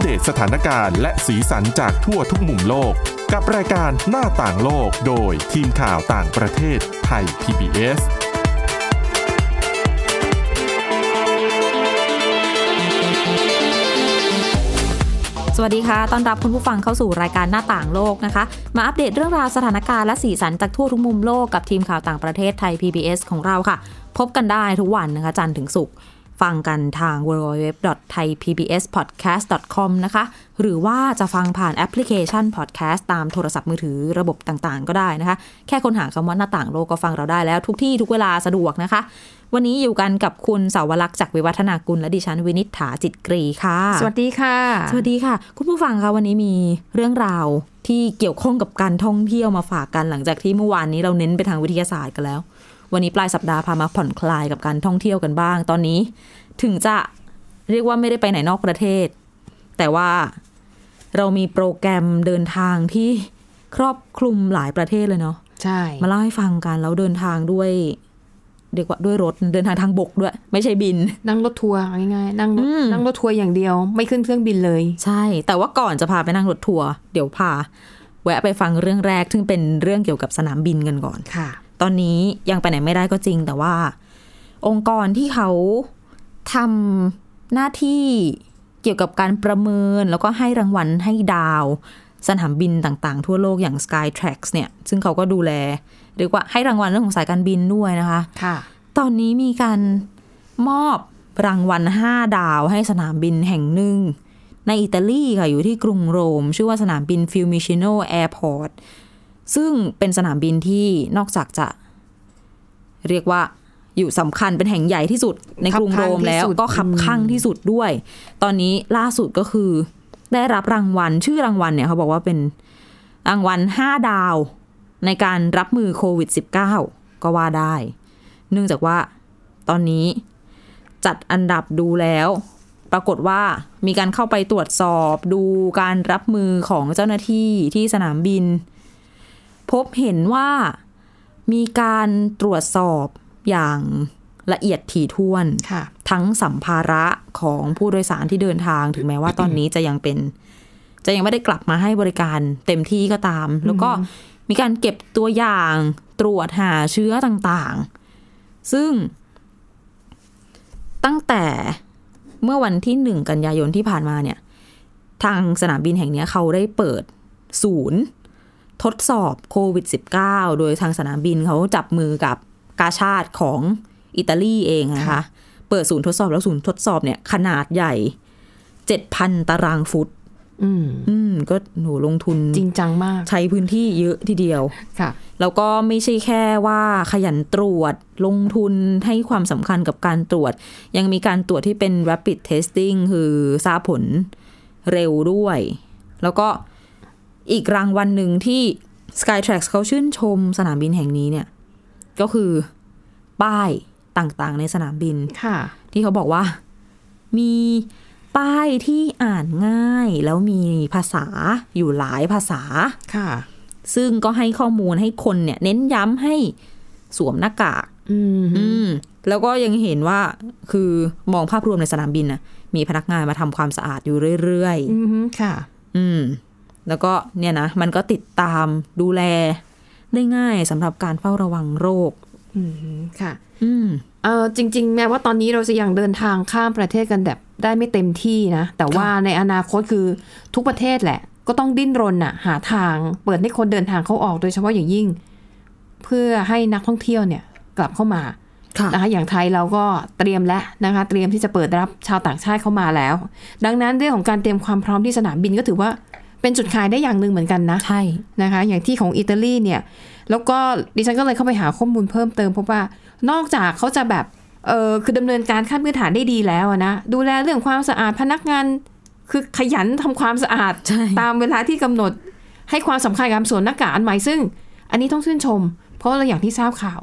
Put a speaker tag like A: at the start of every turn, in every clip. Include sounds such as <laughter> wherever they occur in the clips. A: เดตสถานการณ์และสีสันจากทั่วทุกมุมโลก กับรายการหน้าต่างโลกโดยทีมข่าวต่างประเทศไทย PBS
B: สวัสดีค่ะ ต้อนรับคุณผู้ฟังเข้าสู่รายการหน้าต่างโลกนะคะ มาอัปเดตเรื่องราวสถานการณ์และสีสันจากทั่วทุกมุมโลกกับทีมข่าวต่างประเทศไทย PBS ของเราค่ะ พบกันได้ทุกวันนะคะ จันทร์ถึงศุกร์ ฟังกันทาง www.thaipbspodcast.com นะคะ หรือว่าจะฟังผ่านแอปพลิเคชัน podcast ตามโทรศัพท์มือถือระบบต่างๆ ก็ได้นะคะ แค่ค้นหาคำว่าหน้าต่างโลกก็ฟังเราได้แล้ว ทุกที่ทุกเวลาสะดวกนะคะ วันนี้อยู่กันกับคุณเสาวลักษณ์จากวิวัฒนากุลและดิฉันวินิษฐาจิตกรีค่ะ
C: สวัสดีค่ะ
B: สวัสดีค่ะ คุณผู้ฟังคะวันนี้มีเรื่องราวที่เกี่ยวข้องกับการท่องเที่ยวมาฝากกันหลังจากที่เมื่อวานนี้เราเน้นไปทางวิทยาศาสตร์กันแล้ว วันนี้ปลายสัปดาห์พามาผ่อนคลายกับการท่องเที่ยวกันบ้าง ตอนนี้ ถึงจะเรียกว่าไม่ได้ไปไหนนอกประเทศ แต่ว่าเรามีโปรแกรมเดินทางที่ครอบคลุมหลายประเทศเลยเนาะ
C: ใช่
B: มาเล่าให้ฟังกันแล้วเดินทางด้วยเรียกว่าด้วยรถเดินทางทางบกด้วย ไม่ใช่บิน
C: นั่งรถทัวร์เอาง่ายๆนั่ง
B: อืม
C: นั่งรถทัวร์อย่างเดียว ไม่ขึ้นเครื่องบินเลย
B: ใช่ แต่ว่าก่อนจะพาไปนั่งรถทัวร์เดี๋ยวพา แวะไปฟังเรื่องแรก ซึ่งเป็นเรื่องเกี่ยวกับสนามบินกันก่อน
C: ค่ะ
B: ตอนนี้ยังไปไหนไม่ได้ก็จริง แต่ว่า องค์กรที่เขาทำหน้าที่เกี่ยวกับการประเมิน แล้วก็ให้รางวัลให้ดาว สนามบินต่างๆ ทั่วโลกอย่าง Skytrax เนี่ยซึ่งเขาก็ดูแลเรียกว่าให้รางวัลเรื่องของสายการบินด้วยนะคะ
C: ค่ะ
B: ตอนนี้มีการมอบรางวัล 5 ดาวให้สนามบินแห่งหนึ่ง ในอิตาลีค่ะ อยู่ที่กรุงโรม ชื่อว่าสนามบินฟิ u มิชิโนแอร์พอร์ตซึ่งเป็นสนามบินที่นอกจากจะ เรียกว่าอยู่สำคัญเป็นแห่งใหญ่ที่สุด ในกรุงโรมแล้ว
C: คับข้างที่สุด
B: ก็ขับข้างที่สุดด้วย ตอนนี้ล่าสุดก็คือได้รับรางวัล ชื่อรางวัลเนี่ยเขาบอกว่าเป็นรางวัล 5 ดาว ในการรับมือโควิด -19 ก็ว่าได้ เนื่องจากว่าตอนนี้จัดอันดับดูแล้ว ปรากฏว่ามีการเข้าไปตรวจสอบดูการรับมือของเจ้าหน้าที่ที่สนามบิน พบเห็นว่ามีการตรวจสอบอย่างละเอียดถี่ถ้วน
C: ค่ะ
B: ทั้งสัมภาระของผู้โดยสารที่เดินทางถึงแม้ว่าตอนนี้จะยังเป็น จะยังไม่ได้กลับมาให้บริการเต็มที่ก็ตาม แล้วก็มีการเก็บตัวอย่างตรวจหาเชื้อต่างๆ ซึ่ง ตั้งแต่เมื่อวันที่หนึ่งกันยายนที่ผ่านมาเนี่ย ทางสนามบินแห่งเนี้ยเขาได้เปิดศูนย์ ทดสอบโควิด -19 โดยทางสนามบินเขาจับมือกับกาชาติของอิตาลีเองนะคะ
C: ค่ะ
B: เปิดศูนย์ทดสอบแล้วศูนย์ทดสอบเนี่ยขนาดใหญ่ 7,000 ตารางฟุต
C: อืม
B: อืม ก็หนูลงทุน
C: จริงจังมาก
B: ใช้พื้นที่เยอะทีเดียว
C: ค่ะ
B: แล้วก็ไม่ใช่แค่ว่าขยันตรวจลงทุนให้ความสำคัญกับการตรวจ ยังมีการตรวจที่เป็น rapid testing คือทราบผลเร็วด้วย แล้วก็อีกรางวัลหนึ่งที่ Skytrax เขาชื่นชมสนามบินแห่งนี้เนี่ย ก็คือป้ายต่างๆในสนามบิน
C: ค่ะ
B: ที่เขาบอกว่ามีป้ายที่อ่านง่าย แล้วมีภาษาอยู่หลายภาษา
C: ค่ะ
B: ซึ่งก็ให้ข้อมูลให้คนเนี่ย เน้นย้ำให้สวมหน้ากาก
C: อืม
B: อืม แล้วก็ยังเห็นว่าคือมองภาพรวมในสนามบินนะมีพนักงานมาทำความสะอาดอยู่เรื่อย
C: อืมค่ะ
B: ๆ อืม แล้วก็เนี่ยนะ มันก็ติดตามดูแลได้ง่ายสำหรับการเฝ้าระวังโรค
C: อืมค่ะ
B: อืม
C: เออจริง ๆ แม้ว่าตอนนี้เราจะยังเดินทางข้ามประเทศกันแบบได้ไม่เต็มที่นะ แต่ว่าในอนาคตคือทุกประเทศแหละ ก็ต้องดิ้นรนน่ะ หาทางเปิดให้คนเดินทางเข้าออกโดยเฉพาะอย่างยิ่ง เพื่อให้นักท่องเที่ยวเนี่ย กลับเข้ามา
B: ค่ะ
C: นะคะอย่างไทยเราก็เตรียมแล้วนะคะ เตรียมที่จะเปิดรับชาวต่างชาติเข้ามาแล้ว ดังนั้นเรื่องของการเตรียมความพร้อมที่สนามบินก็ถือว่าเป็นจุดขายได้อย่างหนึ่งเหมือนกันนะ
B: ใช่
C: นะคะ อย่างที่ของอิตาลีเนี่ย แล้วก็ดิฉันก็เลยเข้าไปหาข้อมูลเพิ่มเติมพบว่านอกจากเขาจะแบบเออคือดำเนินการขั้นพื้นฐานได้ดีแล้วอะนะดูแลเรื่องความสะอาดพนักงานคือขยันทำความสะอาด
B: ใช่
C: ตามเวลาที่กำหนดให้ความสำคัญกับสวมหน้ากากอนามัยซึ่ง อันนี้ต้องชื่นชม เพราะเราอย่างที่ทราบข่าว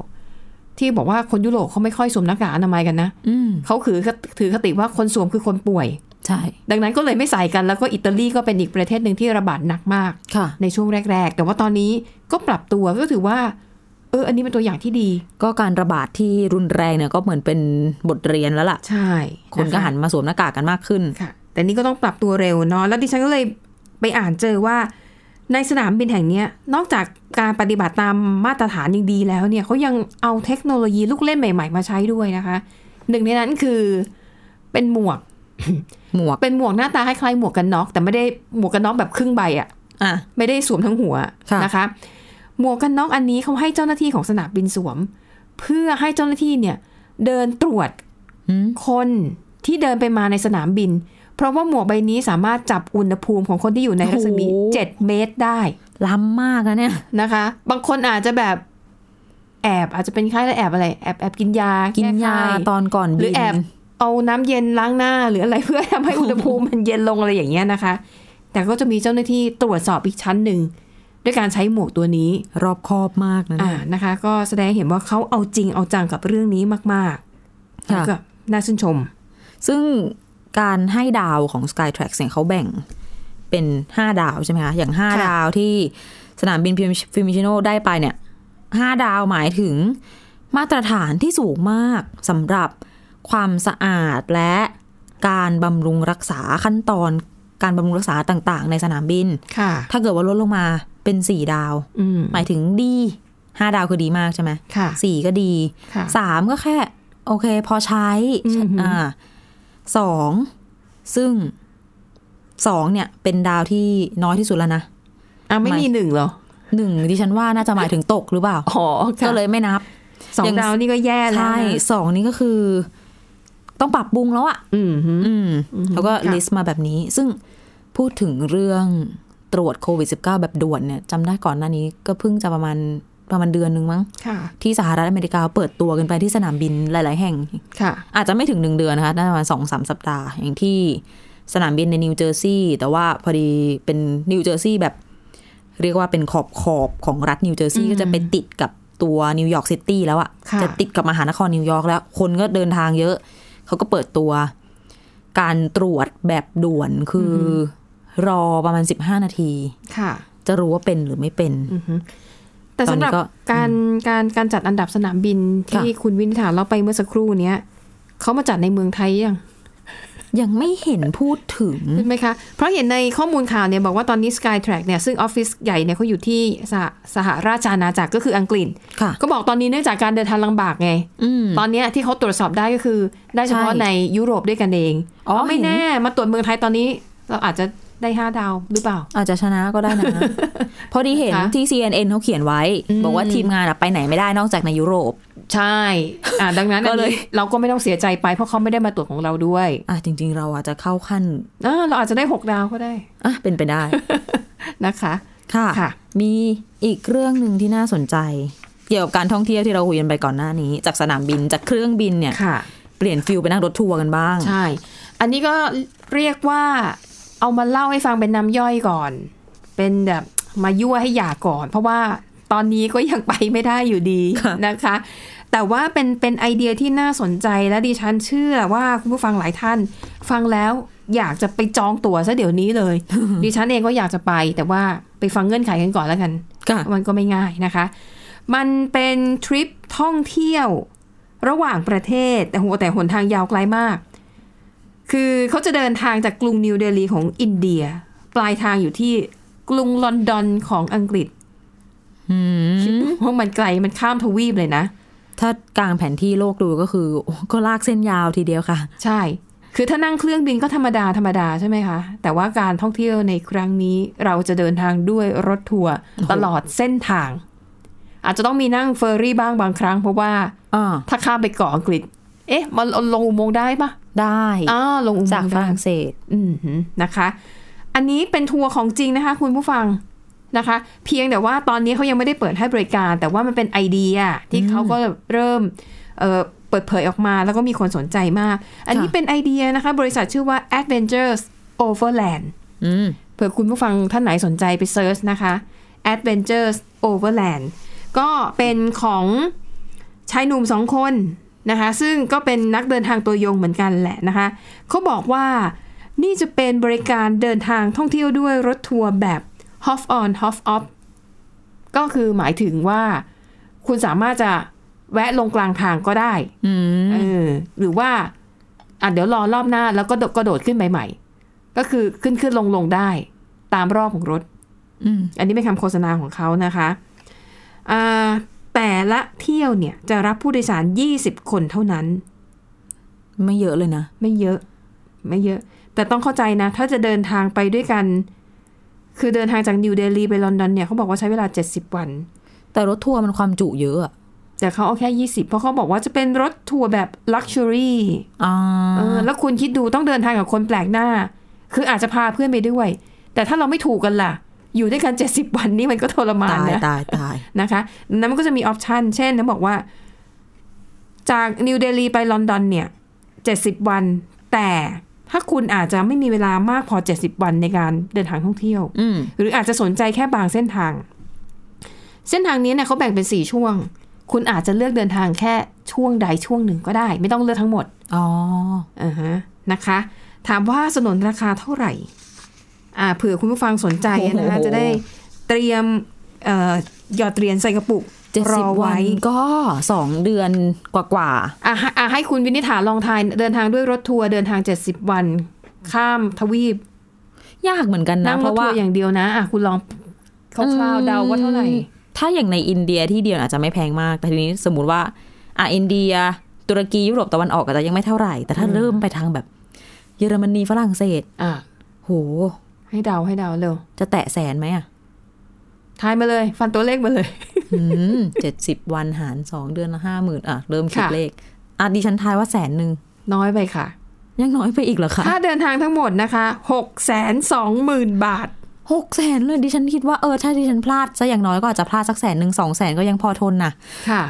C: ที่บอกว่าคนยุโรปเขาไม่ค่อยสวมหน้ากากอนามัยกันนะ
B: อืม
C: เขาถือถือคติว่าคนสวมคือคนป่วย
B: ใช่
C: ดังนั้นก็เลยไม่ใส่กันแล้วก็อิตาลีก็เป็นอีกประเทศหนึ่งที่ระบาดหนักมาก
B: ค่ะ
C: ในช่วงแรก ๆ แต่ว่าตอนนี้ก็ปรับตัวก็ถือว่า เออ อันนี้เป็นตัวอย่างที่ดี
B: ก็การระบาดที่รุนแรงเนี่ยก็เหมือนเป็นบทเรียนแล้วล่ะ
C: ใช่
B: คนก็หั
C: ะะ
B: นมาสวมหน้ากากกันมากขึ้น
C: ค่ะ แต่นี่ก็ต้องปรับตัวเร็วเนาะแล้วดิฉันก็เลยไปอ่านเจอว่า ในสนามบินแห่งเนี้ยนอกจากการปฏิบัติตามมาตรฐานยังดีแล้วเนี่ยเขายังเอาเทคโนโลยีลูกเล่นใหม่ ๆ มาใช้ด้วยนะคะ หนึ่งในนั้นคือเป็นหมวก
B: หมวก
C: เป็นหมวกหน้าตาคล้ายๆหมวกกันน็อกแต่ไม่ได้หมวกกันน็อกแบบครึ่งใบอะ
B: อ่ะ
C: ไม่ได้สวมทั้งหัว
B: ค่ะ
C: นะคะ หมวกกันน็อกอันนี้เขาให้เจ้าหน้าที่ของสนามบินสวม เพื่อให้เจ้าหน้าที่เนี่ย เดินตรวจ
B: อืม
C: คนที่เดินไปมาในสนามบิน เพราะว่าหมวกใบนี้สามารถจับอุณหภูมิของคนที่อยู่ในรัศมี 7 เมตรได้
B: ล้ำมากนะเนี่ย
C: นะคะ บางคนอาจจะแบบแอบอาจจะเป็นไข้แล้วแอบอะไร แอบแอบกินยา
B: กิน
C: แไข้
B: ยาตอนก่อน
C: ห
B: บิน
C: รือแอบเอาน้ำเย็นล้างหน้าหรืออะไรเพื่อทำให้อุณหภูมิมันเย็นลงอะไรอย่างเงี้ยนะคะ แต่ก็จะมีเจ้าหน้าที่ตรวจสอบอีกชั้นหนึ่งด้วยการใช้หมวกตัวนี้
B: รอบคอบมากนะ
C: อ่า
B: เนี่ย
C: นะคะ ก็แสดงให้เห็นว่าเขาเอาจริงเอาจังกับเรื่องนี้มากๆ
B: ค่ะ
C: แล้วก็น่าชื่นชม
B: ซึ่งการให้ดาวของ Skytrax เนี่ยเขาแบ่งเป็น 5 ดาวใช่ไหมคะ อย่าง
C: ค่ะ
B: 5 ดาวที่สนามบินฟิมิชิโนได้ไปเนี่ย 5 ดาวหมายถึงมาตรฐานที่สูงมากสำหรับความสะอาดและการบำรุงรักษาขั้นตอนการบำรุงรักษาต่างๆ ในสนามบิน
C: ค่ะ
B: ถ้าเกิดว่าลดลงมาเป็น 4 ดาว
C: อืม
B: หมายถึงดีห้าดาวคือดีมากใช่ไหม
C: ค่ะ
B: สี่ก็ดี
C: ค่ะ
B: สามก็แค่ โอเค พอใช้
C: อือหืออ่
B: าสองซึ่งสองเนี่ย เป็นดาวที่น้อยที่สุดแล้วนะ
C: อ่ะไม่มีหนึ่งเหรอ
B: หนึ่งดิฉันว่าน่าจะหมายถึงตกหรือเปล่า
C: อ๋อค่ะ
B: ก็เลยไม่นับ
C: สอ
B: ยัง ง
C: ดาวนี่ก็แย่แล้ว
B: ใช่
C: นะ
B: สองนี่ก็คือ ต้องปรับปรุงแล้วอะ
C: อืมฮึ
B: อืมแล้วก็
C: ค่ะ
B: ลิสต์มาแบบนี้ ซึ่งพูดถึงเรื่องตรวจโควิด -19 แบบด่วนเนี่ยจำได้ก่อนหน้านี้ก็เพิ่งจะประมาณประมาณเดือนนึงมั้ง
C: ค่ะ
B: ที่สหรัฐอเมริกาเปิดตัวกันไปที่สนามบินหลาย ๆ แห่ง
C: ค่ะ
B: อาจจะไม่ถึงหนึ่งเดือนนะคะน่าจะประมาณสองสามสัปดาห์ อย่างที่สนามบินในนิวเจอร์ซีย์แต่ว่าพอดีเป็นนิวเจอร์ซีย์แบบ เรียกว่าเป็นขอบขอบของรัฐนิวเจอร์ซีย์ก็จะไปติดกับตัวนิวยอร์กซิตี้แล้วอะ
C: ค่ะ
B: จะติดกับมหานครนิวยอร์กแล้ว คนก็เดินทางเยอะ เขาก็เปิดตัว การตรวจแบบด่วนคืออรอประมาณสิบห้านาที
C: ค่ะ
B: จะรู้ว่าเป็นหรือไม่เป็น
C: อือฮึแต่
B: ตอน
C: สำ
B: นี้
C: หรับ
B: ก็
C: การการการจัดอันดับสนามบินที่
B: ค่ะ
C: คุณวินิษฐาเราไปเมื่อสักครู่เนี้ยเขามาจัดในเมืองไทยยัง
B: ยังไม่เห็นพูดถึง
C: ใช่ไหมคะ เพราะเห็นในข้อมูลข่าวเนี่ยบอกว่าตอนนี้ Skytrack เนี่ยซึ่งออฟฟิศใหญ่เนี่ยเขาอยู่ที่สหสหราชอาณาจักรก็คืออังกฤษ
B: ค่ะ
C: ก็บอกตอนนี้เนื่องจากการเดินทางลำบากไง
B: อืม
C: ตอนเนี้ยที่เขาตรวจสอบได้ก็คือได้เฉพาะ
B: ใช่
C: ในยุโรปด้วยกันเอง
B: อ๋อ
C: เาไม่
B: เห็น
C: แน่มาตรวจเมืองไทยตอนนี้ เราอาจจะได้ห้าดาวหรือเปล่า
B: อาจจะชนะก็ได้ <laughs> นะ พอดีเห็น
C: ค่ะ
B: ที่ CNN เขาเขียนไว้
C: อืม
B: บอกว่าทีมงานอะไปไหนไม่ได้นอกจากในยุโรป
C: ใช่อ่ะดังนั้น
B: ก็
C: อัน
B: เลย
C: นี้เราก็ไม่ต้องเสียใจไปเพราะเขาไม่ได้มาตรวจของเราด้วย
B: อ่ะจริง ๆ เราอาจจะเข้าขั้น
C: อ่ะเราอาจจะได้หกดาวก็ได้
B: อ่ะเป็นไป <laughs> ได้
C: นะคะ
B: ค่ะ
C: ค่ะ
B: มีอีกเรื่องหนึ่งที่น่าสนใจ เกี่ยวกับการท่องเที่ยวที่เราคุยกันไปก่อนหน้านี้ จากสนามบินจากเครื่องบินเนี่ย
C: ค่ะ
B: เปลี่ยนฟิลไปนั่งรถทัวร์กันบ้าง
C: ใช่ อันนี้ก็เรียกว่าเอามาเล่าให้ฟังเป็นน้ำย่อยก่อน เป็นแบบมายั่วให้อยากก่อน เพราะว่าตอนนี้ก็ยังไปไม่ได้อยู่ดี
B: ค่ะ
C: นะคะ แต่ว่าเป็นเป็นไอเดียที่น่าสนใจและดิฉันเชื่อว่าคุณผู้ฟังหลายท่าน ฟังแล้วอยากจะไปจองตั๋วซะเดี๋ยวนี้เลย
B: <laughs>
C: ดิฉันเองก็อยากจะไป แต่ว่าไปฟังเงื่อนไขกันก่อนแล้วกัน
B: ค่ะ
C: <laughs> มันก็ไม่ง่ายนะคะ มันเป็นทริปท่องเที่ยวระหว่างประเทศ แต่โหแต่หนทางยาวไกลมาก คือเขาจะเดินทางจากกรุงนิวเดลีของอินเดีย ปลายทางอยู่ที่กรุงลอนดอนของอังกฤษ
B: อืม
C: คิดดูว่ามันไกลมันข้ามทวีปเลยนะ
B: ถ้ากลางแผนที่โลกดูก็คือ <laughs> โอ้ก็ลากเส้นยาวทีเดียวค่ะ
C: ใช่ คือถ้านั่งเครื่องบินก็ธรรมดา ธรรมดาใช่ไหมคะ แต่ว่าการท่องเที่ยวในครั้งนี้เราจะเดินทางด้วยรถทัวร์ตลอดเส้นทาง อาจจะต้องมีนั่งเฟอร์รี่บ้างบางครั้งเพราะว่า
B: อ่า
C: ถ้าข้ามไปเกาะอังกฤษ เอ๊ะ มันลงอุโมงค์ได้ปะ
B: ได้
C: อ้าวลงอุโมงค์
B: จากฝ
C: ได้
B: รั่งเศส
C: อืมหือนะคะ อันนี้เป็นทัวร์ของจริงนะคะ คุณผู้ฟังนะคะ เพียงแต่ว่าตอนนี้เขายังไม่ได้เปิดให้บริการ แต่ว่ามันเป็นไอเดียที่เขาก็เริ่มเอ่อเปิดเผยออกมาแล้วก็มีคนสนใจมาก อันนี้
B: ค่ะ
C: เป็นไอเดียนะคะ บริษัทชื่อว่า Adventures Overland
B: อืม
C: เผื่อคุณผู้ฟังท่านไหนสนใจไปเซิร์ชนะคะ Adventures Overland ก็เป็นของชายหนุ่มสองคนนะคะ ซึ่งก็เป็นนักเดินทางตัวยงเหมือนกันแหละนะคะเขาบอกว่านี่จะเป็นบริการเดินทางท่องเที่ยวด้วยรถทัวร์แบบ Hop on Hop off ก็คือหมายถึงว่าคุณสามารถจะแวะลงกลางทางก็ได้
B: อืม
C: เออหรือว่าอ่ะเดี๋ยวรอรอบหน้าแล้วก็โดดกระโดดขึ้นไปใหม่ ก็คือขึ้นขึ้นลงลงได้ ตามรอบของรถ
B: อืม
C: อันนี้เป็นคำโฆษณาของเขานะคะอ่าแต่ละเที่ยวเนี่ยจะรับผู้โดยสาร 20 คนเท่านั้น
B: ไม่เยอะเลยนะ
C: ไม่เยอะ ไม่เยอะ แต่ต้องเข้าใจนะ ถ้าจะเดินทางไปด้วยกัน คือเดินทางจากนิวเดลีไปลอนดอนเนี่ยเขาบอกว่าใช้เวลา 70 วัน
B: แต่รถทัวร์มันความจุเยอะอะ
C: แต่เขาเอาแค่ 20 เพราะเขาบอกว่าจะเป็นรถทัวร์แบบลักชัวรี่
B: อ่า
C: แล้วคุณคิดดูต้องเดินทางกับคนแปลกหน้า คืออาจจะพาเพื่อนไปด้วย แต่ถ้าเราไม่ถูกกันล่ะ อยู่ด้วยกัน 70 วันนี่มันก็ทรมาน
B: ตาย
C: นะ
B: ตายตาย
C: นะคะดังนั้นมันก็จะมีออปชันเช่นนะบอกว่า จากนิวเดลีไปลอนดอนเนี่ยเจ็ดสิบวัน แต่ถ้าคุณอาจจะไม่มีเวลามากพอเจ็ดสิบวันในการเดินทางท่องเที่ยว
B: อืม
C: หรืออาจจะสนใจแค่บางเส้นทาง เส้นทางนี้เนี่ยเขาแบ่งเป็นสี่ช่วง คุณอาจจะเลือกเดินทางแค่ช่วงใดช่วงหนึ่งก็ได้ ไม่ต้องเลือกทั้งหมด
B: อ๋อ
C: อ่าฮะนะคะ ถามว่าสนนราคาเท่าไหร่ อ่าเผื่อคุณผู้ฟังสนใจนะคะจะได้เตรียมเอ่อหยอดเหรียญใส่กระปุก
B: เจ็ด
C: ร
B: สิ
C: อบ
B: วั
C: ไว้
B: นก็สองเดือนกว่า
C: อ่ะให้อ่ะให้คุณวินิษฐาลองทายเดินทางด้วยรถทัวร์เดินทาง 70 วัน ข้ามทวีป
B: ๆยากเหมือนกัน
C: นั่
B: นะ
C: ง
B: เพ
C: รถ
B: ราะ
C: ทั
B: ว่า
C: วร์อย่างเดียวนะอ่ะคุณลองคร่าวๆเดาว่าเท่าไหร่
B: อืมถ้าอย่างในอินเดียที่เดียวอาจจะไม่แพงมาก แต่ทีนี้สมมติว่า อ่ะอินเดีย ตุรกียุโรปตะวันออกอาจจะยังไม่เท่าไหร่ แต่ถ้า
C: อืม
B: เริ่มไปทางแบบ เยอรมนีฝรั่งเศส
C: อ่ะ
B: โห
C: ให้เดาให้เดาเร็ว
B: จะแตะแสนไหมอ่ะ
C: ทายมาเลย ฟันตัวเลขมาเลย <laughs>
B: เจ็ดสิบวันหารสองเดือนละห้าหมื่นอ่ะ เริ่มคิด
C: ค่ะ
B: เลข อ่ะดิฉันทายว่าแสนหนึ่ง
C: น้อยไปค่ะ
B: ยังน้อยไปอีกเหรอคะ
C: ถ้าเดินทางทั้งหมดนะคะ6กแสนสองหมื่นบาท
B: หกแสนเลยดิฉันคิดว่าเออถ้าดิฉันพลาดซะอย่างน้อยก็อาจจะพลาดสักแสนหนึ่งสองแสนก็ยังพอทนนะ
C: ค่ะ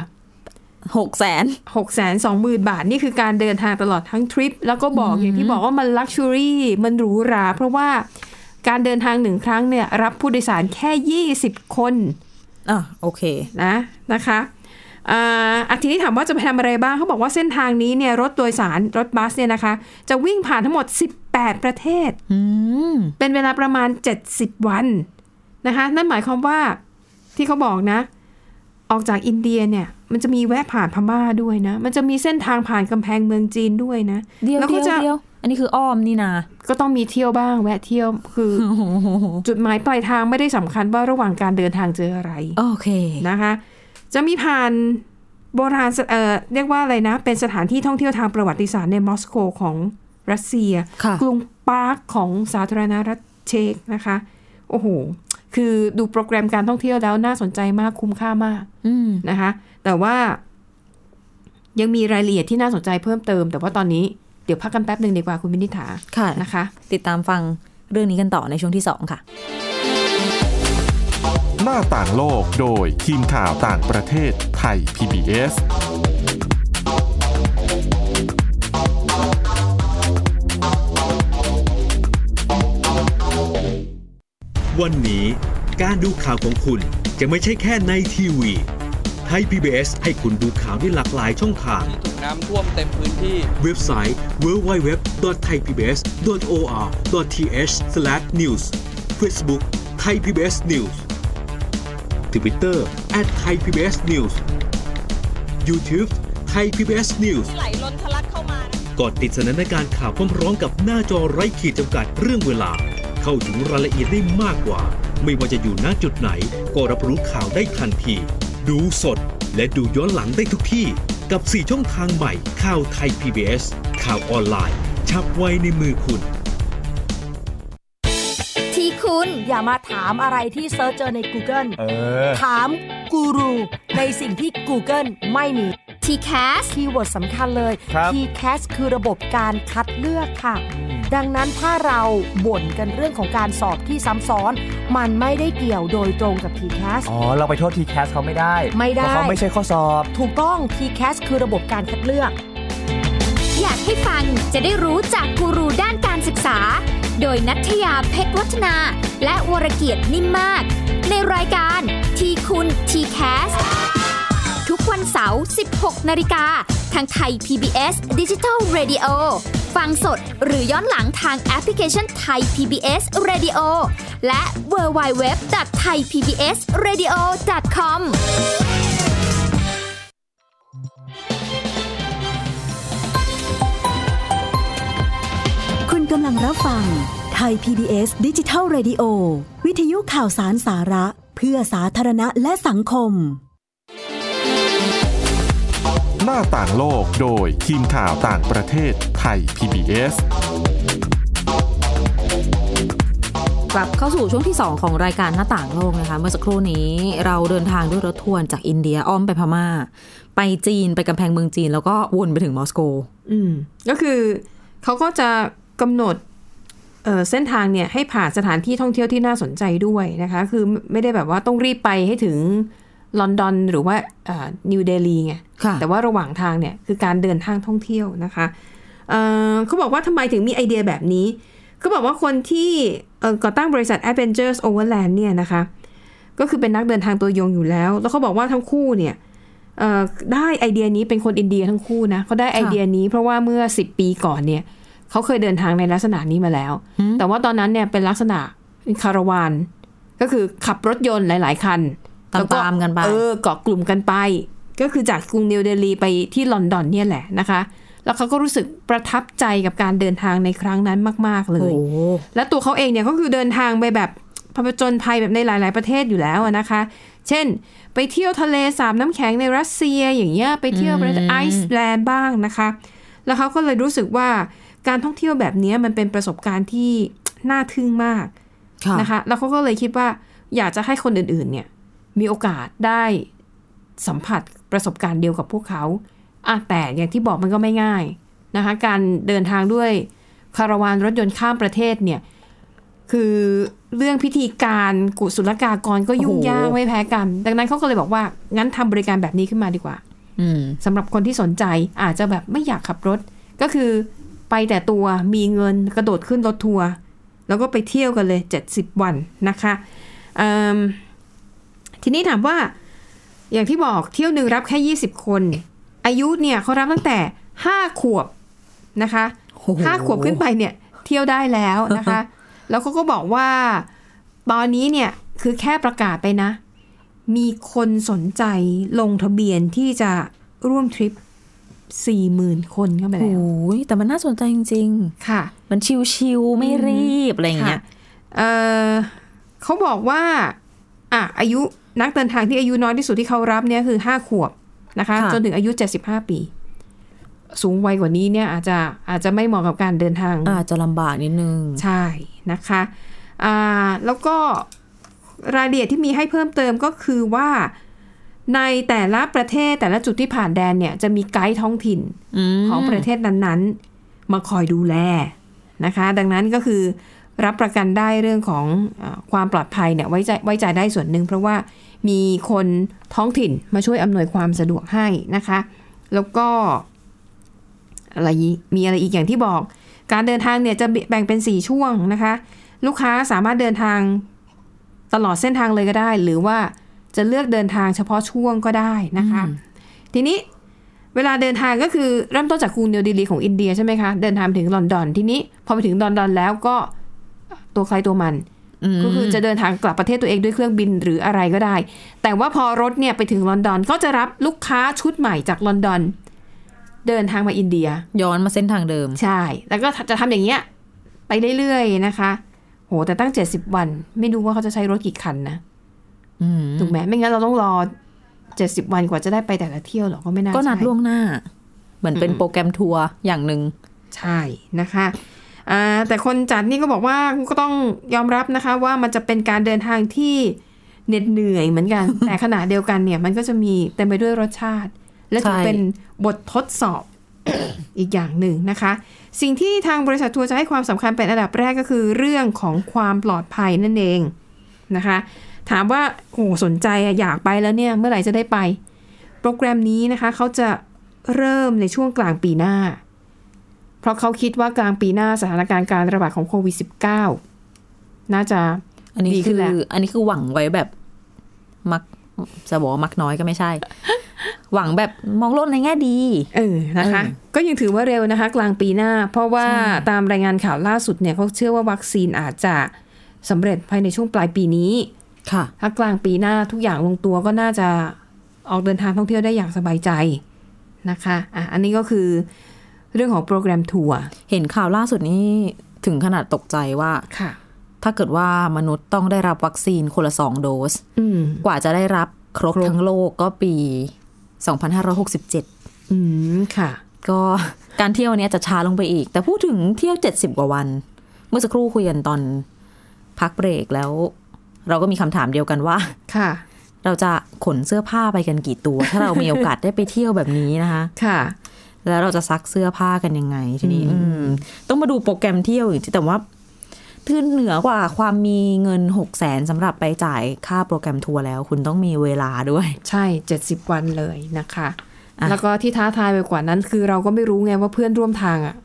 B: หกแสน
C: หกแสนสองหมื่นบาท นี่คือการเดินทางตลอดทั้งทริป แล้วก็บอกอย่างที่บอกว่ามันลักชัวรี่มันหรูหรา เพราะว่าการเดินทางหนึ่งครั้งเนี่ยรับผู้โดยสารแค่ 20 คน
B: อ่ะโอเค
C: นะนะคะอ่าอ่ะทีนี้ถามว่าจะไปทำอะไรบ้างเขาบอกว่าเส้นทางนี้เนี่ยรถโดยสารรถบัสเนี่ยนะคะ จะวิ่งผ่านทั้งหมด 18 ประเทศ
B: อืม
C: เป็นเวลาประมาณ 70 วันนะคะนั่นหมายความว่าที่เขาบอกนะ ออกจากอินเดียเนี่ยมันจะมีแวะผ่านพม่าด้วยนะ มันจะมีเส้นทางผ่านกำแพงเมืองจีนด้วยนะ
B: เดียว
C: แล้ว
B: เดี
C: ก็
B: ยว
C: จะ
B: เดียวอันนี้คืออ้อมนี่นา
C: ก็ต้องมีเที่ยวบ้างแวะเที่ยวคือ จุดหมายปลายทางไม่ได้สำคัญว่าระหว่างการเดินทางเจออะไร
B: โอเค
C: นะคะจะมีผ่านโบราณสเอ่อเรียกว่าอะไรนะ เป็นสถานที่ท่องเที่ยวทางประวัติศาสตร์ในมอสโกของรัสเซีย
B: ค่ะ
C: กรุงปาร์คของสาธารณรัฐเชกนะคะ โอ้โห คือดูโปรแกรมการท่องเที่ยวแล้วน่าสนใจมากคุ้มค่ามาก
B: อืม
C: นะคะ แต่ว่ายังมีรายละเอียดที่น่าสนใจเพิ่มเติม แต่ว่าตอนนี้เดี๋ยวพักกันแป๊บหนึ่งดีกว่าคุณวินิษฐา
B: ค่ะ
C: นะคะ
B: ติดตามฟังเรื่องนี้กันต่อในช่วงที่ 2 ค่ะ
A: หน้าต่างโลกโดยทีมข่าวต่างประเทศไทย PBS
D: วันนี้การดูข่าวของคุณจะไม่ใช่แค่ในทีวีไทย PBS ให้คุณดูข่าวได้หลากหลายช่องทาง
E: ที่ถูกน้ำท่วมเต็มพื้นที่
D: เว็บไซต์ www.thaipbs.or.th/news Facebook Thai PBS News Twitter @thaipbsnews YouTube Thai PBS News
F: ไหลล้นทะลักเข้ามา
D: กดติดสนันในการข่าวพร้อมๆกับหน้าจอไร้ขีดจำกัดเรื่องเวลา เข้าถึงรายละเอียดได้มากกว่า ไม่ว่าจะอยู่ณจุดไหน ก็รับรู้ข่าวได้ทันที ดูสดและดูย้อนหลังได้ทุกที่ กับ 4 ช่องทางใหม่ข่าวไทย PBS ข่าวออนไลน์ ชับไว้ในมือคุณ
G: ที่คุณอย่ามาถามอะไรที่เซิร์ชเจอใน Google
H: เออ
G: ถามกูรูในสิ่งที่ Google ไม่มี
F: t c a s
G: คีย์เวิร์ดสำคัญเลย
H: ครับ
G: TCAS คือระบบการคัดเลือกค่ะ ดังนั้นถ้าเราบ่นกันเรื่องของการสอบที่ซ้ำซ้อน มันไม่ได้เกี่ยวโดยตรงกับ TCAS
H: อ๋อ เราไปโทษทีแคสเขาไม่ได้
G: ไม่ได้
H: เพราะเขาไม่ใช่ข้อสอบ
G: ถูกต้อง TCAS คือระบบการคัดเลือก
F: อยากให้ฟังจะได้รู้จากกูรูด้านการศึกษา โดยนัทยาเพชรวัฒนา และวรเกียดนิ่มมาก ในรายการทีคุณ t c a s สทุกวันเสาร์ 16 นาฬิกา ทางไทย PBS Digital Radio ฟังสดหรือย้อนหลังทางแอปพลิเคชันไทย PBS Radio และ w w w t h a i p b s r a d i o c o m
I: คุณกำลังรับฟัง ไทย PBS ดิจิทัล Radio วิทยุข่าวสารสาระ เพื่อสาธารณะและสังคม
A: หน้าต่างโลกโดยทีมข่าวต่างประเทศไทย PBS
B: กลับเข้าสู่ช่วงที่ 2 ของรายการหน้าต่างโลกนะคะ เมื่อสักครู่นี้เราเดินทางด้วยรถทัวร์จากอินเดียอ้อมไปพมา่า ไปจีนไปกำแพงเมืองจีน แล้วก็วนไปถึงมอสโก
C: อืมก็คือเขาก็จะกำหนดเอ่อเส้นทางเนี่ยให้ผ่านสถานที่ท่องเที่ยวที่น่าสนใจด้วยนะคะ คือไม่ได้แบบว่าต้องรีบไปให้ถึงลอนดอนหรือว่านิวเดลีไง
B: ค่ะ
C: แต่ว่าระหว่างทางเนี่ยคือการเดินทางท่องเที่ยวนะคะเอ่อเขาบอกว่าทำไมถึงมีไอเดียแบบนี้ เขาบอกว่าคนที่เอ่อก่อตั้งบริษัท Adventures Overland เนี่ยนะคะ ก็คือเป็นนักเดินทางตัวยงอยู่แล้ว แล้วเขาบอกว่าทั้งคู่เนี่ยเอ่อได้ไอเดียนี้เป็นคนอินเดียทั้งคู่นะเขาได้ไอเดียนี้เพราะว่าเมื่อ 10 ปีก่อนเนี่ยเขาเคยเดินทางในลักษณะนี้มาแล้ว แต่ว่าตอนนั้นเนี่ยเป็นลักษณะคาราวาน ก็คือขับรถยนต์หลาย ๆ คัน
B: ตามๆ
C: แล้ว
B: กันไป
C: เออเกาะกลุ่มกันไป ก็คือจากกรุงนิวเดลีไปที่ลอนดอนเนี่ยแหละนะคะ แล้วเขาก็รู้สึกประทับใจกับการเดินทางในครั้งนั้นมาก ๆ เลย และตัวเขาเองเนี่ยก็คือเดินทางไปแบบผจญภัยแบบในหลาย ๆ ประเทศอยู่แล้วอะนะคะ เช่น ไปเที่ยวทะเลสาบน้ำแข็งในรัสเซียอย่างเงี้ยไปเที่ยวประเทศไอซ์แลนด์บ้างนะคะ แล้วเขาก็เลยรู้สึกว่าการท่องเที่ยวแบบเนี้ยมันเป็นประสบการณ์ที่น่าทึ่งมาก
B: ค่ะ
C: นะคะแล้วเขาก็เลยคิดว่าอยากจะให้คนอื่นๆเนี่ยมีโอกาสได้สัมผัสประสบการณ์เดียวกับพวกเขาอ่ะแต่อย่างที่บอกมันก็ไม่ง่ายนะคะการเดินทางด้วยคาราวานรถยนต์ข้ามประเทศเนี่ยคือเรื่องพิธีการกุศุลกากรก็ยุ่งยากไม่แพ้กัน ดังนั้นเขาก็เลยบอกว่างั้นทำบริการแบบนี้ขึ้นมาดีกว่า
B: อืม
C: สำหรับคนที่สนใจอาจจะแบบไม่อยากขับรถ ก็คือไปแต่ตัวมีเงินกระโดดขึ้นรถทัวร์แล้วก็ไปเที่ยวกันเลย 70 วันนะคะเอิ่มทีนี้ถามว่าอย่างที่บอกเที่ยวหนึ่งรับแค่ 20 คน อายุเนี่ยเขารับตั้งแต่ 5 ขวบนะคะ
B: โอ้โห
C: ห้าขวบขึ้นไปเนี่ยเที่ยวได้แล้วนะคะ แล้วเขาก็บอกว่าตอนนี้เนี่ยคือแค่ประกาศไปนะ มีคนสนใจลงทะเบียนที่จะร่วมทริป 40,000 คนเข้าไป
B: โอ้
C: แล้ว
B: ยแต่มันน่าสนใจจริง
C: ค่ะ
B: ๆ มันชิวๆไม่รีบอะไรอย่างเงี้ย
C: เอ่อเขาบอกว่าอ่ะอายุนักเดินทางที่อายุน้อยที่สุดที่เขารับเนี่ยคือ 5 ขวบนะคะ
B: ค่ะ
C: จนถึงอายุ 75 ปี สูงวัยกว่านี้เนี่ยอาจจะอาจจะไม่เหมาะกับการเดินทาง
B: อาจจะลำบากนิดนึง
C: ใช่นะคะอ่าแล้วก็รายละเอียดที่มีให้เพิ่มเติมก็คือว่าในแต่ละประเทศแต่ละจุดที่ผ่านแดนเนี่ยจะมีไกด์ท้องถิ่นของประเทศนั้นๆ มาคอยดูแลนะคะ ดังนั้นก็คือรับประกันได้เรื่องของอาความปลอดภัยเนี่ยไว้ใจไว้ใจได้ส่วนหนึ่งเพราะว่ามีคนท้องถิ่นมาช่วยอำนวยความสะดวกให้นะคะ แล้วก็ อะไรอีกมีอะไรอีกอย่างที่บอก การเดินทางเนี่ยจะแบ่งเป็น 4 ช่วงนะคะ ลูกค้าสามารถเดินทางตลอดเส้นทางเลยก็ได้ หรือว่าจะเลือกเดินทางเฉพาะช่วงก็ได้นะคะ ทีนี้เวลาเดินทางก็คือเริ่มต้นจากกรุงนิวเดลีของอินเดียใช่ไหมคะ เดินทางถึงลอนดอนทีนี้พอไปถึงลอนดอนแล้วก็ตัวใครตัวมัน ก็คือจะเดินทางกลับประเทศตัวเองด้วยเครื่องบินหรืออะไรก็ได้ แต่ว่าพอรถเนี่ยไปถึงลอนดอนก็จะรับลูกค้าชุดใหม่จากลอนดอน เดินทางมาอินเดีย
B: ย้อนมาเส้นทางเดิม
C: ใช่ แล้วก็จะทำอย่างเงี้ยไปเรื่อยๆนะคะ โห แต่ตั้ง 70 วัน ไม่รู้ว่าเขาจะใช้รถกี่คันนะ
B: อืม
C: ถูกไหม ไม่งั้นเราต้องรอ 70 วันกว่าจะได้ไปแต่ละเที่ยวหรอกก็ไม่น่า
B: ก็นัด
C: ใช่
B: ล่วงหน้า เหมือนเป็นโปรแกรมทัวร์อย่างหนึ่ง
C: ใช่นะคะอ่าแต่คนจัดนี่ก็บอกว่าก็ต้องยอมรับนะคะ ว่ามันจะเป็นการเดินทางที่เหน็ดเหนื่อยเหมือนกัน แต่ขณะเดียวกันเนี่ย มันก็จะมีเต็มไปด้วยรสชาติ และถือ
B: ใช่
C: เป็นบททดสอบ <coughs> อีกอย่างหนึ่งนะคะ สิ่งที่ทางบริษัททัวร์จะให้ความสำคัญเป็นอันดับแรกก็คือเรื่องของความปลอดภัยนั่นเองนะคะ ถามว่าโอ้สนใจอะอยากไปแล้วเนี่ยเมื่อไหร่จะได้ไป โปรแกรมนี้นะคะเขาจะเริ่มในช่วงกลางปีหน้า เพราะเขาคิดว่ากลางปีหน้าสถานการณ์การระบาดของโควิด -19 น่าจะ
B: อันนี้
C: ดี
B: คื
C: ขึ้น
B: อ
C: แล้ว
B: อันนี้คือหวังไว้แบบมักจะบอกว่ามักน้อยก็ไม่ใช่
C: <laughs>
B: หวังแบบมองโลกในแง่ดี
C: เออนะคะ
B: เออ
C: ก็ยังถือว่าเร็วนะคะ กลางปีหน้า เพราะว่า
B: ใช่
C: ตามรายงานข่าวล่าสุดเนี่ยเขาเชื่อว่าวัคซีนอาจจะสำเร็จภายในช่วงปลายปีนี้
B: ค่ะ
C: ถ้ากลางปีหน้าทุกอย่างลงตัวก็น่าจะออกเดินทางท่องเที่ยวได้อย่างสบายใจนะคะอ่ะอันนี้ก็คือเรื่องของโปรแกรมทัวร์
B: เห็นข่าวล่าสุดนี้ ถึงขนาดตกใจว่า
C: ค่ะ
B: ถ้าเกิดว่ามนุษย์ต้องได้รับวัคซีนคนละสองโดส
C: อืม
B: กว่าจะได้รับครบ
C: ครบ
B: ทั้งโลกก็ปี 2567
C: อืมค่ะ
B: ก็ การเที่ยวเนี้ยจะช้าลงไปอีก แต่พูดถึงเที่ยว 70 กว่าวัน เมื่อสักครู่คุยกันตอนพักเบรกแล้ว เราก็มีคำถามเดียวกันว่า <laughs>
C: ค่ะ
B: เราจะขนเสื้อผ้าไปกันกี่ตัว ถ้าเรามีโอกาสได้ไปเที่ยวแบบนี้นะคะ
C: ค่ะ
B: แล้วเราจะซักเสื้อผ้ากันยังไงทีนี้อืมต้องมาดูโปรแกรมเที่ยวอีกทีแต่ว่าทื่เหนือกว่าความมีเงินหกแสนสำหรับไปจ่ายค่าโปรแกรมทัวร์แล้ว คุณต้องมีเวลาด้วย
C: ใช่เจ็ดสิบวันเลยนะคะ
B: อ่ะ
C: แล้วก็ที่ท้าทายไปกว่านั้น คือเราก็ไม่รู้ไงว่าเพื่อนร่วมทางอ่ะ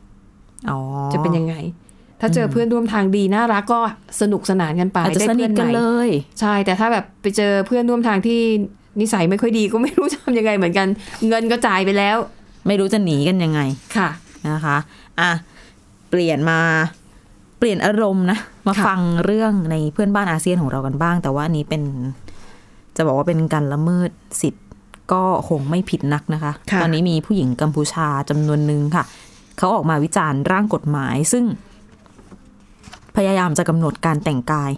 B: อ๋อ
C: จะเป็นยังไง ถ้าเจออเพื่อนร่วมทางดีน่ารักก็สนุกสนานกันไป
B: อาจจะสนิทกัน
C: ใหม่
B: เลย
C: ใช่ แต่ถ้าแบบไปเจอเพื่อนร่วมทางที่นิสัยไม่ค่อยดีก็ไม่รู้จะทำยังไงเหมือนกัน เงินก็จ่ายไปแล้ว
B: ไม่รู้จะหนีกันยังไง
C: ค่ะ
B: นะคะอ่ะเปลี่ยนมาเปลี่ยนอารมณ์นะมา
C: ค่ะ
B: ฟังเรื่องในเพื่อนบ้านอาเซียนของเรากันบ้าง แต่ว่าอันนี้เป็นจะบอกว่าเป็นการละเมิดสิทธิ์ ก็คงไม่ผิดนักนะคะ
C: ค่ะ
B: ตอนนี้มีผู้หญิงกัมพูชาจำนวนหนึ่งค่ะ เขาออกมาวิจารณ์ร่างกฎหมาย ซึ่ง พยายามจะกำหนดการแต่งกาย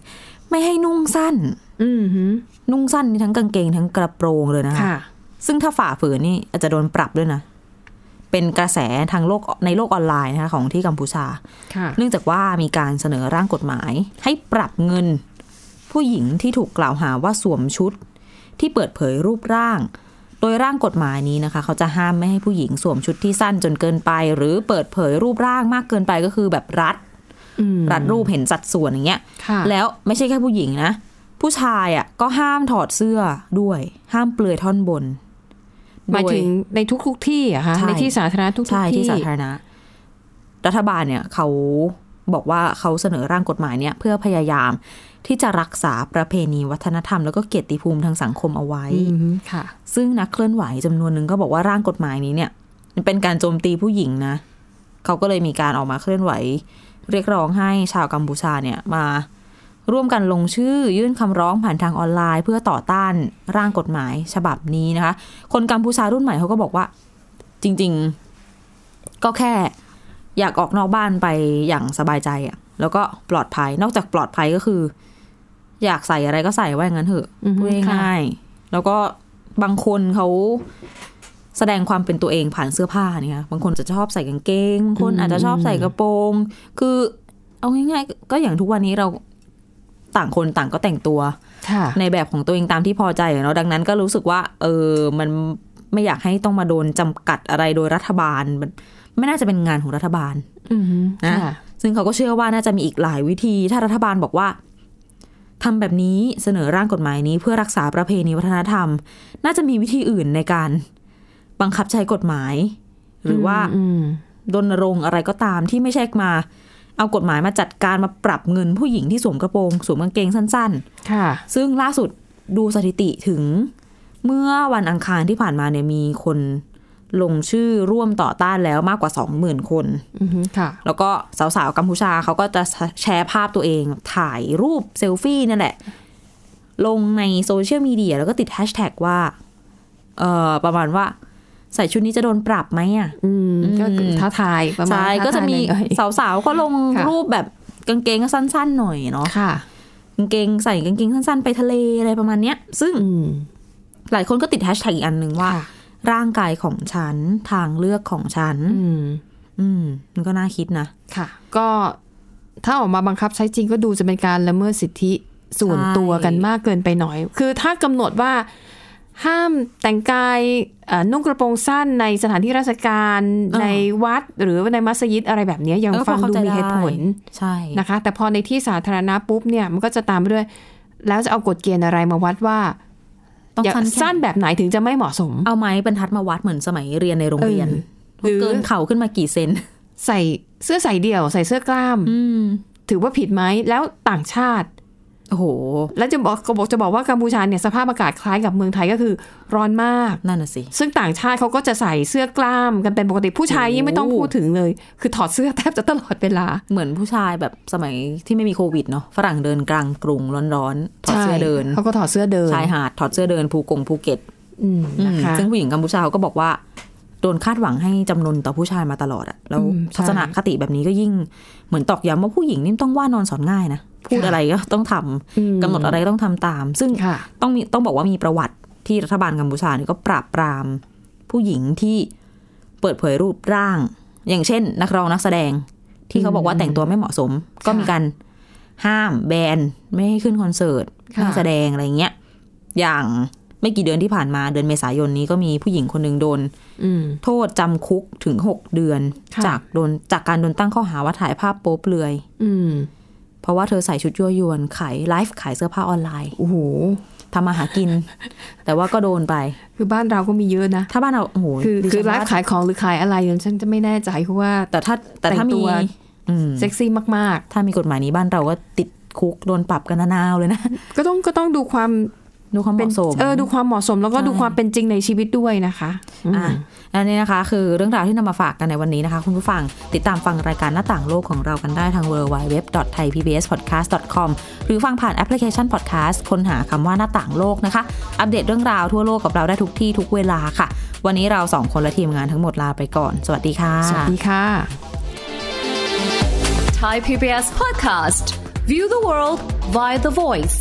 B: ไม่ให้นุ่งสั้น
C: อืมหือ
B: นุ่งสั้นนี่ทั้งกางเกงทั้งกระโปรงเลยนะคะ
C: ค่ะ
B: ซึ่งถ้าฝ่าฝืนนี่อาจจะโดนปรับด้วยนะ เป็นกระแสทางโลกในโลกออนไลน์นะคะของที่กัมพูชา
C: ค่ะ
B: เนื่องจากว่ามีการเสนอร่างกฎหมาย ให้ปรับเงิน ผู้หญิงที่ถูกกล่าวหาว่าสวมชุด ที่เปิดเผยรูปร่าง โดยร่างกฎหมายนี้นะคะ เขาจะห้ามไม่ให้ผู้หญิงสวมชุดที่สั้นจนเกินไป หรือเปิดเผยรูปร่างมากเกินไปก็คือแบบรัด
C: อืม
B: รัดรูปเห็นสัดส่วนอย่างเงี้ย
C: ค่ะ
B: แล้วไม่ใช่แค่ผู้หญิงนะ ผู้ชายอ่ะก็ห้ามถอดเสื้อด้วย ห้ามเปลือยท่อนบน
C: หมายถึงในทุกๆที่เหรอะคะ
B: ใช่
C: ในที่สาธารณะทุกๆ
B: ใช่ที่
C: ที่
B: สาธารณะ รัฐบาลเนี่ยเขาบอกว่าเขาเสนอร่างกฎหมายเนี่ย เพื่อพยายามที่จะรักษาประเพณีวัฒนธรรม แล้วก็เกียรติภูมิทางสังคมเอาไว้
C: อืมค่ะ
B: ซึ่งนักเคลื่อนไหวจำนวนหนึ่งก็บอกว่าร่างกฎหมายนี้เนี่ยเป็นการโจมตีผู้หญิงนะ เขาก็เลยมีการออกมาเคลื่อนไหว เรียกร้องให้ชาวกัมพูชาเนี่ยมาร่วมกันลงชื่อยื่นคำร้องผ่านทางออนไลน์ เพื่อต่อต้านร่างกฎหมายฉบับนี้นะคะ คนกัมพูชารุ่นใหม่เขาก็บอกว่า จริง ๆ ก็แค่อยากออกนอกบ้านไปอย่างสบายใจอะแล้วก็ปลอดภัยนอกจากปลอดภัยก็คือ อยากใส่อะไรก็ใส่ว่าอย่างนั้นเถอะ
C: อือฮึ
B: พูด
C: ค่ะ
B: ง่ายๆแล้วก็บางคนเขาแสดงความเป็นตัวเองผ่านเสื้อผ้าเนี่ยค่ะบางคนจะชอบใส่กางเกงบางคนอาจจะชอบใส่กระโปรง คือเอาง่ายๆก็อย่างทุกวันนี้เราต่างคนต่างก็แต่งตัว
C: ค่ะ
B: ในแบบของตัวเองตามที่พอใจอะเนาะดังนั้นก็รู้สึกว่า เออมันไม่อยากให้ต้องมาโดนจำกัดอะไรโดยรัฐบาลมันไม่น่าจะเป็นงานของรัฐบาล
C: อืม
B: นะ
C: ค่ะ
B: ซึ่งเขาก็เชื่อว่าน่าจะมีอีกหลายวิธี ถ้ารัฐบาลบอกว่าทำแบบนี้เสนอร่างกฎหมายนี้ เพื่อรักษาประเพณีวัฒนธรรม น่าจะมีวิธีอื่นในการบังคับใช้กฎหมาย หรือว่า
C: อืม
B: ดนรงค์อะไรก็ตามที่ไม่ใช่มา เอากฎหมายมาจัดการมาปรับเงินผู้หญิงที่สวมกระโปรงสวมกางเกงสั้น
C: ค่ะ
B: ๆ ซึ่งล่าสุดดูสถิติถึงเมื่อวันอังคารที่ผ่านมาเนี่ยมีคนลงชื่อร่วมต่อต้านแล้วมากกว่า 20,000 คน
C: อืมค่ะ
B: แล้วก็สาวๆกัมพูชาเขาก็จะแชร์ภาพตัวเอง ถ่ายรูปเซลฟี่นั่นแหละ ลงในโซเชียลมีเดียแล้วก็ติดแฮชแท็กว่าเอ่อประมาณว่า ใส่ชุดนี้จะโดนปรับไหมอ่ะ
C: อืม ก็
B: อืม
C: ท้าทายประมาณ
B: ใช่
C: ท้า
B: ก็จะ
C: ทาย
B: มี
C: หน่อย
B: สาวๆก็ลง
C: ค่ะ
B: รูปแบบกางเกงสั้นๆหน่อยเนาะ
C: ๆค่ะ
B: กางเกงใส่กางเกงสั้นๆ ไปทะเลอะไรประมาณเนี้ย ซึ่ง
C: อืม
B: หลายคนก็ติดแฮชแท็กอีกอันหนึ่งว่า
C: ค่ะ
B: ร่างกายของฉันทางเลือกของฉัน
C: อืม
B: อืมมันก็น่าคิดนะ
C: ค่ะ ก็ถ้าออกมาบังคับใช้จริงก็ดูจะเป็นการละเมิดสิทธิส่วน
B: ใช่
C: ตัวกันมากเกินไปหน่อย คือถ้ากำหนดว่าห้ามแต่งกายเอ่อนุ่งกระโปรงสั้นในสถานที่ราชการในวัดหรือว่าในมัสยิดอะไรแบบเนี้ยยัง
B: เออพอ
C: ฟัง
B: เข้า
C: ดู
B: ใจ
C: มีเหตุผล
B: ได้ใช่
C: นะคะแต่พอในที่สาธารณะปุ๊บเนี่ยมันก็จะตามไปด้วย แล้วจะเอากฎเกณฑ์อะไรมาวัดว่า
B: ต้อง
C: ย่า
B: สั้นแค่
C: สั้นแบบไหนถึงจะไม่เหมาะสม
B: เอาไม้บรรทัดมาวัดเหมือนสมัยเรียนในโรงเรียน
C: เออหรือ
B: เกินเข่าขึ้นมากี่เซน
C: ใส่เสื้อใส่เดี่ยว ใส่เสื้อกล้าม
B: อืม
C: ถือว่าผิดไหมแล้วต่างชาติ
B: โอ้โห
C: แล้วจะบอกก็บอกจะบอกว่ากัมพูชาเนี่ยสภาพอากาศคล้ายกับเมืองไทยก็คือร้อนมาก
B: นั่นน่ะสิ
C: ซึ่งต่างชาติเขาก็จะใส่เสื้อกล้ามกันเป็นปกติผู้ชายยิ่งไม่ต้องพูดถึงเลย คือถอดเสื้อแทบจะตลอดเวลา
B: เหมือนผู้ชายแบบสมัยที่ไม่มีโควิดเนาะฝรั่งเดินกลางกรุงร้อนๆถอดเสื้อเดิน
C: ใช่เขาก็ถอดเสื้อเดิน
B: ชายหาดถอดเสื้อเดินภูกงภูเก็ต
C: อืมนะคะ
B: ซึ่งผู้หญิงกัมพูชาเขาก็บอกว่า โดนคาดหวังให้จำนนต่อผู้ชายมาตลอดอะแล้ว
C: อืมใช่
B: ทัศนคติแบบนี้ก็ยิ่งเหมือนตอกย้ำว่าผู้หญิงนี่ต้องว่านอนสอนง่ายนะ พูด
C: ค่ะ
B: อะไรก็ต้องทำ
C: อืม
B: กำหนดอะไรก็ต้องทำตาม ซึ่ง
C: ค่ะ
B: ต้องมีต้องบอกว่ามีประวัติที่รัฐบาลกัมพูชาเนี่ยก็ปราบปราม ผู้หญิงที่เปิดเผยรูปร่าง อย่างเช่น นักร้องนักแสดง ที่เขาบอกว่าแต่งตัวไม่เหมาะสม ก็มีการห้ามแบนไม่ให้ขึ้นคอนเสิร์ต
C: ค่ะ
B: นักแสดงอะไรเงี้ยอย่างไม่กี่เดือนที่ผ่านมาเดือนเมษายนนี้ก็มีผู้หญิงคนหนึ่งโดน
C: อืม
B: โทษจำคุกถึง 6 เดือน
C: ค่ะ
B: จากโดนจากการโดนตั้งข้อหาว่าถ่ายภาพโป๊เปลือย
C: อืม
B: เพราะว่าเธอใส่ชุดยั่วยวนขายไลฟ์ขายเสื้อผ้าออนไลน์
C: โอ้โห
B: ทำมาหากิน แต่ว่าก็โดนไป
C: คือบ้านเราก็มีเยอะนะ
B: ถ้าบ้านเราโอ้โห
C: คือ
B: ดิ
C: คื
B: ฉั
C: อน ไล
B: ว่า
C: ฟ์ขายของหรือขายอะไรเนี่ยฉันจะไม่แน่ใจเพราะว่า
B: แต่ถ้าแต่ถ้า
C: แต่งตั
B: มี
C: ว
B: อืม
C: เซ็กซี่มาก
B: ถ้ามีกฎหมายนี้บ้านเราก็ติดคุกโดนปรับกันนาวๆเลยนะ
C: ๆ ก็ต้องก็ต้องดูความ
B: ดูความเห
C: เป็น
B: มาะสม
C: เออดูความเหมาะสมแล้วก็ดูความเป็นจริงในชีวิตด้วยนะคะม
B: อ่ะและนี่นะคะ คือเรื่องราวที่นำมาฝากกันในวันนี้นะคะ คุณผู้ฟังติดตามฟังรายการหน้าต่างโลกของเรากันได้ทาง www.thaipbspodcast.com หรือฟังผ่านแอปพลิเคชัน podcast ค้นหาคำว่าหน้าต่างโลกนะคะ อัปเดตเรื่องราวทั่วโลกกับเราได้ทุกที่ทุกเวลาค่ะ วันนี้เราสองคนและทีมงานทั้งหมดลาไปก่อน สวัสดีค่ะ
C: สวัสดีค่ะ
J: Thai PBS podcast. View the world via the voice.